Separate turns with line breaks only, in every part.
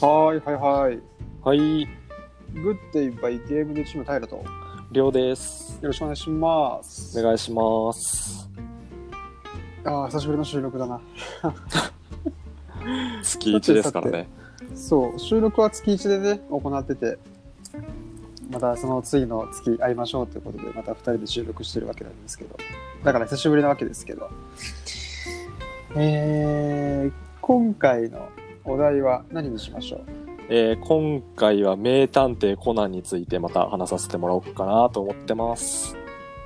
はいはいはい。
はい、
グッデイバイゲームでチーム平と。よ
りょうです。
ろしくお願いします。
お願いします。
ああ、久しぶりの収録だな。
月一ですからね。
そう、収録は月1でね、行ってて、またその次の月会いましょうということで、また2人で収録してるわけなんですけど、だから久しぶりなわけですけど、えー、今回のお題は何にしましょう
えー今回は名探偵コナンについてまた話させてもらおうかなと思ってます。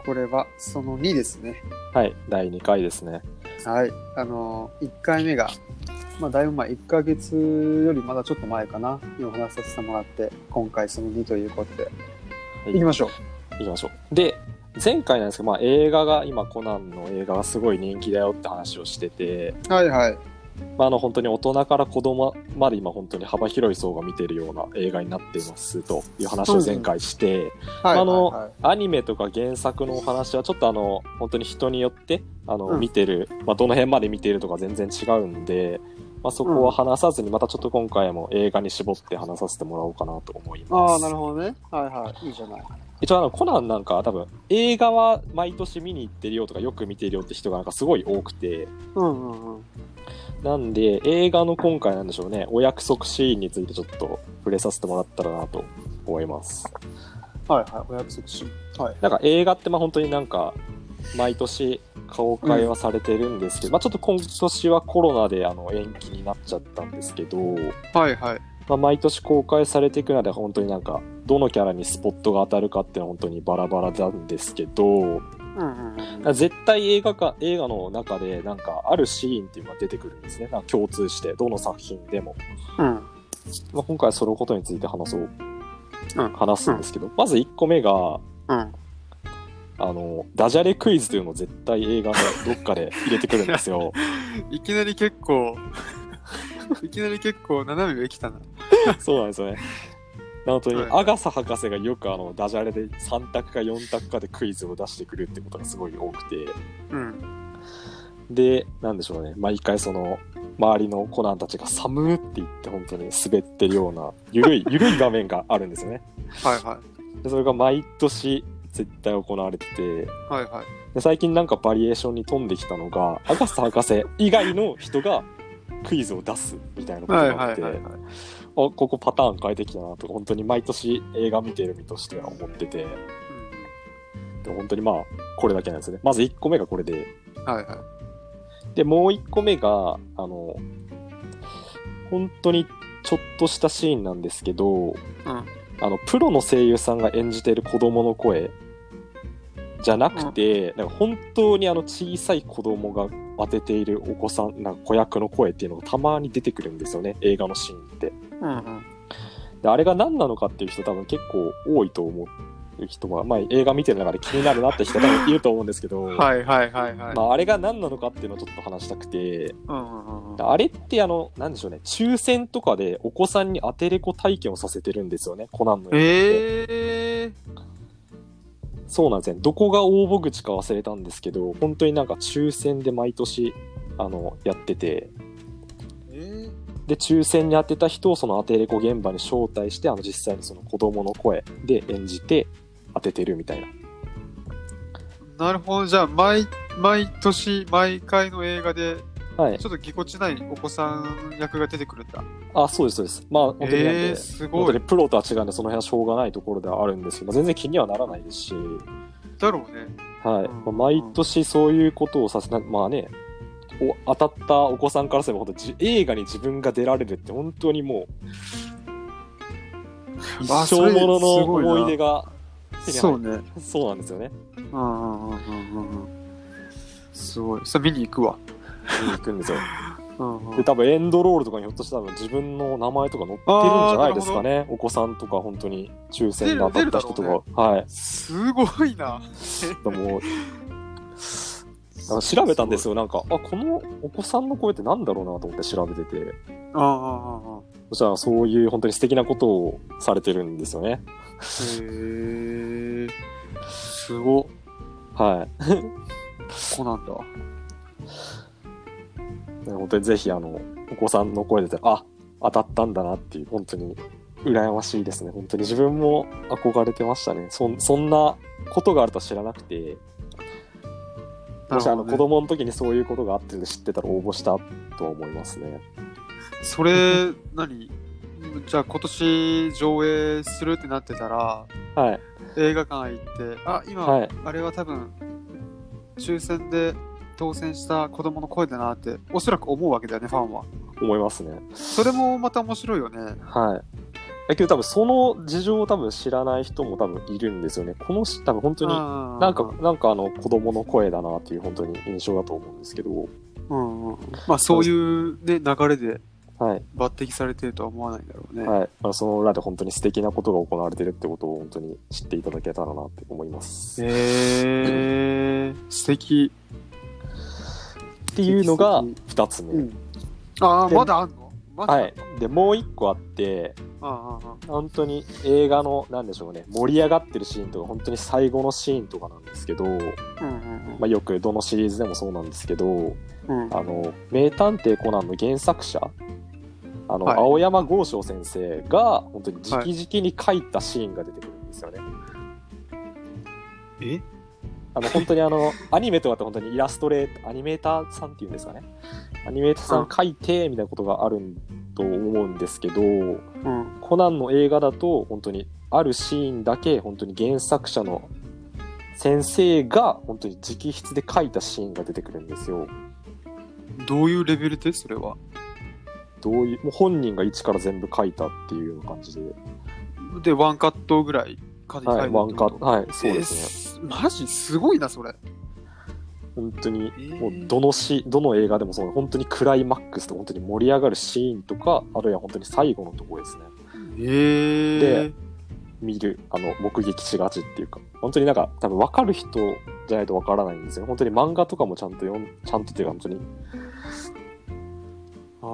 これはその2ですね。
はい、第2回ですね。
はい、あの1回目が、まあ、だいぶ前1ヶ月よりまだちょっと前かなにお話しさせてもらって今回その2ということで、
い
行きましょう
いきましょう。で、前回なんですけど、まあ映画が、今コナンの映画がすごい人気だよって話をしてて、
はいはい
まああの本当に大人から子供まで今本当に幅広い層が見てるような映画になっていますという話を前回して、
はい
あの、
はい
アニメとか原作のお話はちょっとあの本当に人によってあの、
うん
見てる、まあ、どの辺まで見ているとか全然違うんで、まあ、そこは話さずにまたちょっと今回も映画に絞って話させてもらおうかなと思います。
ああなるほどねはいはいいいじゃない
一応あのコナンなんかは多分映画は毎年見に行ってるよとかよく見てるよって人がなんかすごい多くて
うんうんうん
なんで映画の今回なんでしょうねお約束シーンについてちょっと触れさせてもらったらなと思います。
はいはいお約束しはい
なんか映画ってまあ本当になんか毎年公開はされてるんですけど、まあちょっと今年はコロナであの延期になっちゃったんですけど、
はいはい
まあ、毎年公開されていくので本当になんかどのキャラにスポットが当たるかっていうのは本当にバラバラなんですけど
うんうんうん
絶対映画か映画の中でなんかあるシーンっていうのが出てくるんですねなんか共通してどの作品でも、
うん
まあ、今回はそのことについて話そう、
うん
話すんですけど、まず1個目が
うん
あの、ダジャレクイズというのを絶対映画のどっかで入れてくるんで すよ。
いきなり結構 いきなり結構斜め上来たな
そうなんですよね。なのとに
は、い
アガサ博士がよくあの、ダジャレで3択か4択かでクイズを出してくるってことがすごい多くて。
うん
で、なんでしょうね。毎回その、周りのコナンたちが寒って言って本当に滑ってるような、ゆるい、ゆるい場面があるんですよね。
はいは
でそれが毎年絶対行われてて、
いはいはい
で最近なんかバリエーションに飛んできたのがアガスタ博士以外の人がクイズを出すみたいなこと
はい
があ
は
っ
い
て、
はい
あ
はい
ここパターン変えてきたなとか本当に毎年映画見てる身としては思っててで本当にまあこれだけなんですねまず1個目がこれで
うんはいはい
でもう1個目があの本当にちょっとしたシーンなんですけど
うん
あのプロの声優さんが演じてる子供の声じゃなくて、なんか本当にあの小さい子供が当てているお子さんなんか子役の声っていうのがたまに出てくるんですよね映画のシーンって
うんうん
であれが何なのかっていう人多分結構多いと思う人は、まあ、映画見てる中で気になるなって人多分いると思うんですけど、
はいはいはいはい。
まあ、あれが何なのかっていうのをちょっと話したくて
うんうんうんうん。
あれってあの何でしょうね抽選とかでお子さんに当てれこ体験をさせてるんですよねコナンの映画って
ええ
そうなんですね。どこが応募口か忘れたんですけど、本当になんか抽選で毎年、あの、やってて、
え
で、抽選に当てた人をその当てれこ現場に招待して、あの、実際にその子供の声で演じて当ててるみたいな。
ー、なるほど。じゃあ、毎、毎年、毎回の映画で、
はい
ち。ょっとぎこちないお子さん役が出てくるんだ。
あ、そうです、そうです。まあ、本当になんで、
ええー、す
本
ご
当
い
に。プロとは違うんで、その辺はしょうがないところではあるんですけど、全然気にはならないですし、
だろうね。
はい。
うん
まあ毎年そういうことをさせな、まあね、お当たったお子さんからすれば、本当じ映画に自分が出られるって、本当にもう、一
あ
生ものの
それすごいな
思い出が、手に入る
そうね。
そうなんですよね。
うんうんうんうんうんうん。すごい。さ、見に行くわ。
見に行くんです
う
よ。
んうん
で、多分エンドロールとかにひょっとしたら自分の名前とか載ってるんじゃないですかね。お子さんとか、本当に抽選で当たった人と
出る出るだろ
か。はい。
すごいな。
でもなんか調べたんですよ。なんか、あ、このお子さんの声ってなんだろうなと思って調べてて。
すごい。うんうんうんうん。
そしたらそういう本当に素敵なことをされてるんですよね。
へえー。すごっ。
は
こうなんだ。
い。本当にぜひあの、お子さんの声で、あ、当たったんだなっていう本当に羨ましいですね本当に自分も憧れてましたねそんそんなことがあるとは知らなくてもしあの
なるほどね
子供の時にそういうことがあって知ってたら応募したとは思いますね
それ、何じゃあ今年上映するってなってたら、
はい
映画館行って、あ、今、
はい
あれは多分、抽選で当選した子供の声だなって、おそらく思うわけだよね、ファンは。
思いますね
それもまた面白いよね。
はいだけど多分その事情を多分知らない人も多分いるんですよねこのし多分本当に
あー
なんか、なんかあの子供の声だなっていう本当に印象だと思うんですけど、
うんうん、まあそういう、ね、流れで
はい、
抜擢されてるとは思わないんだろうね。
はい。あのその裏で本当に素敵なことが行われてるってことを本当に知っていただけたらなって思います。っ
えー、素敵。
ていうのが
素
2つ目。
うん、ああ、
で
まだあんのまだあん
は
の
い。で、もう1個あって、
ああああ
本当に映画の、なんでしょうね、盛り上がってるシーンとか、本当に最後のシーンとかなんですけど、
ああうんうん
まあ、よくどのシリーズでもそうなんですけど、
うんうん
あの、名探偵コナンの原作者、あの、
はい
青山剛昌先生が、本当に直々に書いたシーンが出てくるんですよね。
え
あの本当にあのアニメとかって本当にイラストレートアニメーターさんっていうんですかねアニメーターさ
うん
ん書いてみたいなことがあるんと思うんですけど、
うん
コナンの映画だと本当にあるシーンだけ本当に原作者の先生が本当に直筆で書いたシーンが出てくるんですよ
どういうレベルでそれは
どういうもう本人が一から全部書いたっていうような感じで
でワンカットぐらいかに
はいワンカットはい
そ
そうう
で
ですすね、
ね、マジすごいなそれ
本当に
ー
もうどのしどの映画でもそう本当にクライマックスとか本当に盛り上がるシーンとかあるいは本当に最後のところですね
ええ
見るあの目撃しがちっていうか本当になんか多分分かる人じゃないと分からないんですよ本当に漫画とかもちゃんと読んちゃんとっていうか本当に
ああ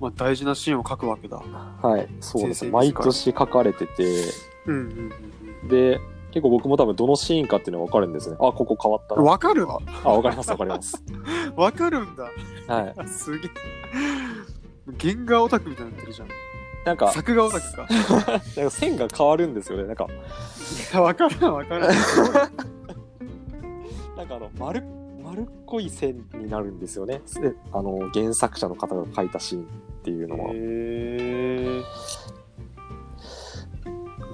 まあ大事なシーンを書くわけだ
はいそうです
先生自ら
毎年書かれてて
うんうんうん
で結構僕も多分どのシーンかっていうのは分かるんですねあここ変わった
うん
な
わかるわ
あ分かります分かります
わかるんだ
はい
あすげえ原画オタクみたいになってるじゃん
なんか
作画オタク か
なんか線が変わるんですよねなんか
いやわからんわからん
なんかあの丸丸っこい線になるんですよねであの原作者の方が書いたシーンっていうのは、
へえ。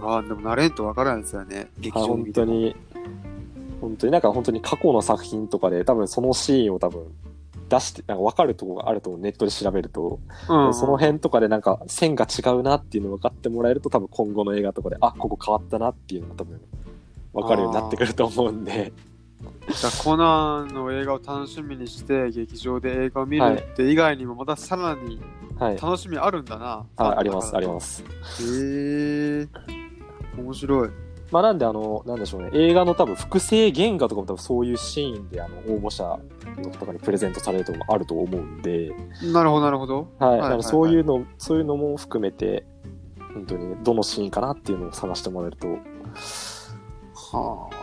まあでも慣れんとわからないですよね。劇
あ
場
本
見て
当
も。
に本当になんか本当に過去の作品とかで多分そのシーンを多分出してなんか分かるとこがあるとネットで調べると、
うん
その辺とかでなんか線が違うなっていうの分かってもらえると多分今後の映画とかであここ変わったなっていうのが多分分かるようになってくると思うんで
じゃあコナンの映画を楽しみにして劇場で映画を見る
はい
って以外にもまたさらに
はい、
楽しみあるんだな。。
はい、ありますあります
へ
す
え。面白い。
まあなんであのなんでしょうね映画の多分複製原画とかも多分そういうシーンであの応募者の方にプレゼントされるとかもあると思うんで、
なるほどなるほど。
はい、
いはい
なのでそういうの、そういうのも含めて、本当にどのシーンかなっていうのを探してもらえると、
はあ。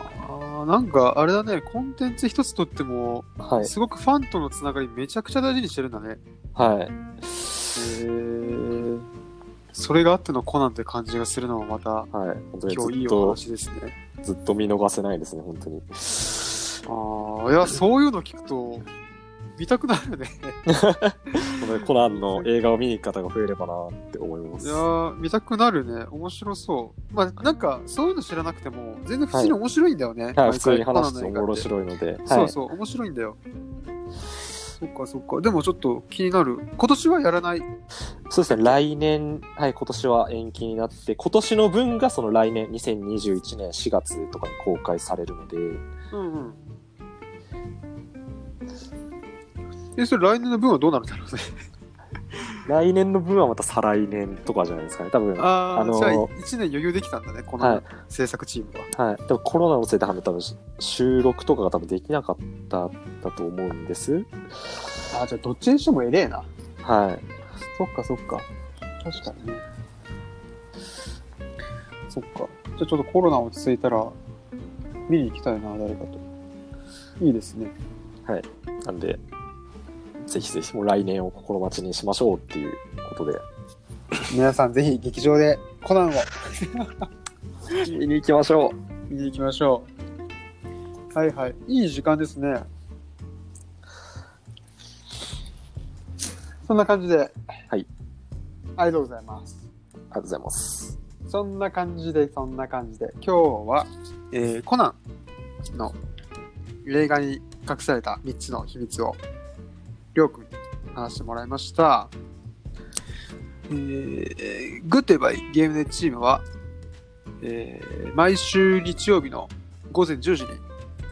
なんかあれだね、コンテンツ一つとっても、
はい、
すごくファンとのつながりめちゃくちゃ大事にしてるんだね。
はい、
へえ。それがあってのコナンって感じがするのもまた
はい、本当に
今日い
ず
い
っ
お
と、
話ですね。
ずっと見逃せないですね、本当 に。
ああ、いや、そういうの聞くと、見たくなるね。
本当にコナンの映画を見に行く方が増えればなって思いま
い
す。
や
は
ー、見たくなるね。面白そう。まあ、なんか、そういうの知らなくても、全然普通に面白いんだよね。
い、普通に話すと
て
面白いので、
そ
は
う
い、
そう、面白いんだよ。そっかそっか。でもちょっと気になる。今年はやらない。
そうですね、来年、はい、今年は延期になって、今年の分がその来年、2021年4月とかに公開されるので、
うんうん。え、それ来年の分はどうなるんだろうね。
来年の分はまた再来年とかじゃないですかね、多分。
あー、
あのー
じゃあ1年余裕できたんだね、こ
は
の
い
制作チームは。
はい、でもコロナのせいで多分多分収録とかが多分できなかっただと思うんです。
ああ、じゃあどっちにしてもえれえな。
はい、
そっかそっか。確かにね。そっか。じゃあちょっとコロナ落ち着いたら、見に行きたいな、誰かと。いいですね。
なんでぜひぜひもう来年を心待ちにしましょうっていうことで
皆さんぜひ劇場でコナンを
見に行きましょう。
見に行きましょう。はいはい。いい時間ですね。そんな感じで。
はい。
ありがとうございます。
ありがとうございます。
そんな感じで、そんな感じで。今日は、えーコナンの映画に隠された3つの秘密を、りょうくんに話してもらいました。えー、グッドエバイゲームネットチームは、えー毎週日曜日の午前10時に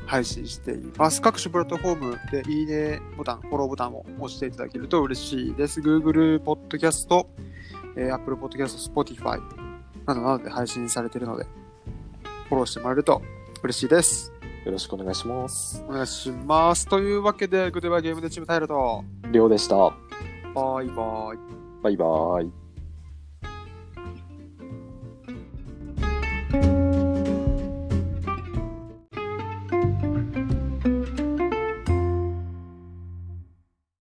配信しています。各種プラットフォームでいいねボタン、フォローボタンを押していただけると嬉しいです。Google Podcast、えー Apple Podcast、Spotify などなどで配信されているので、フォローしてもらえると嬉しいです。
よろしくお願いします。
お願いします。というわけで、グッドバイゲームでチームタイルと、
りょうでした。
バイバイ。
バイバイ。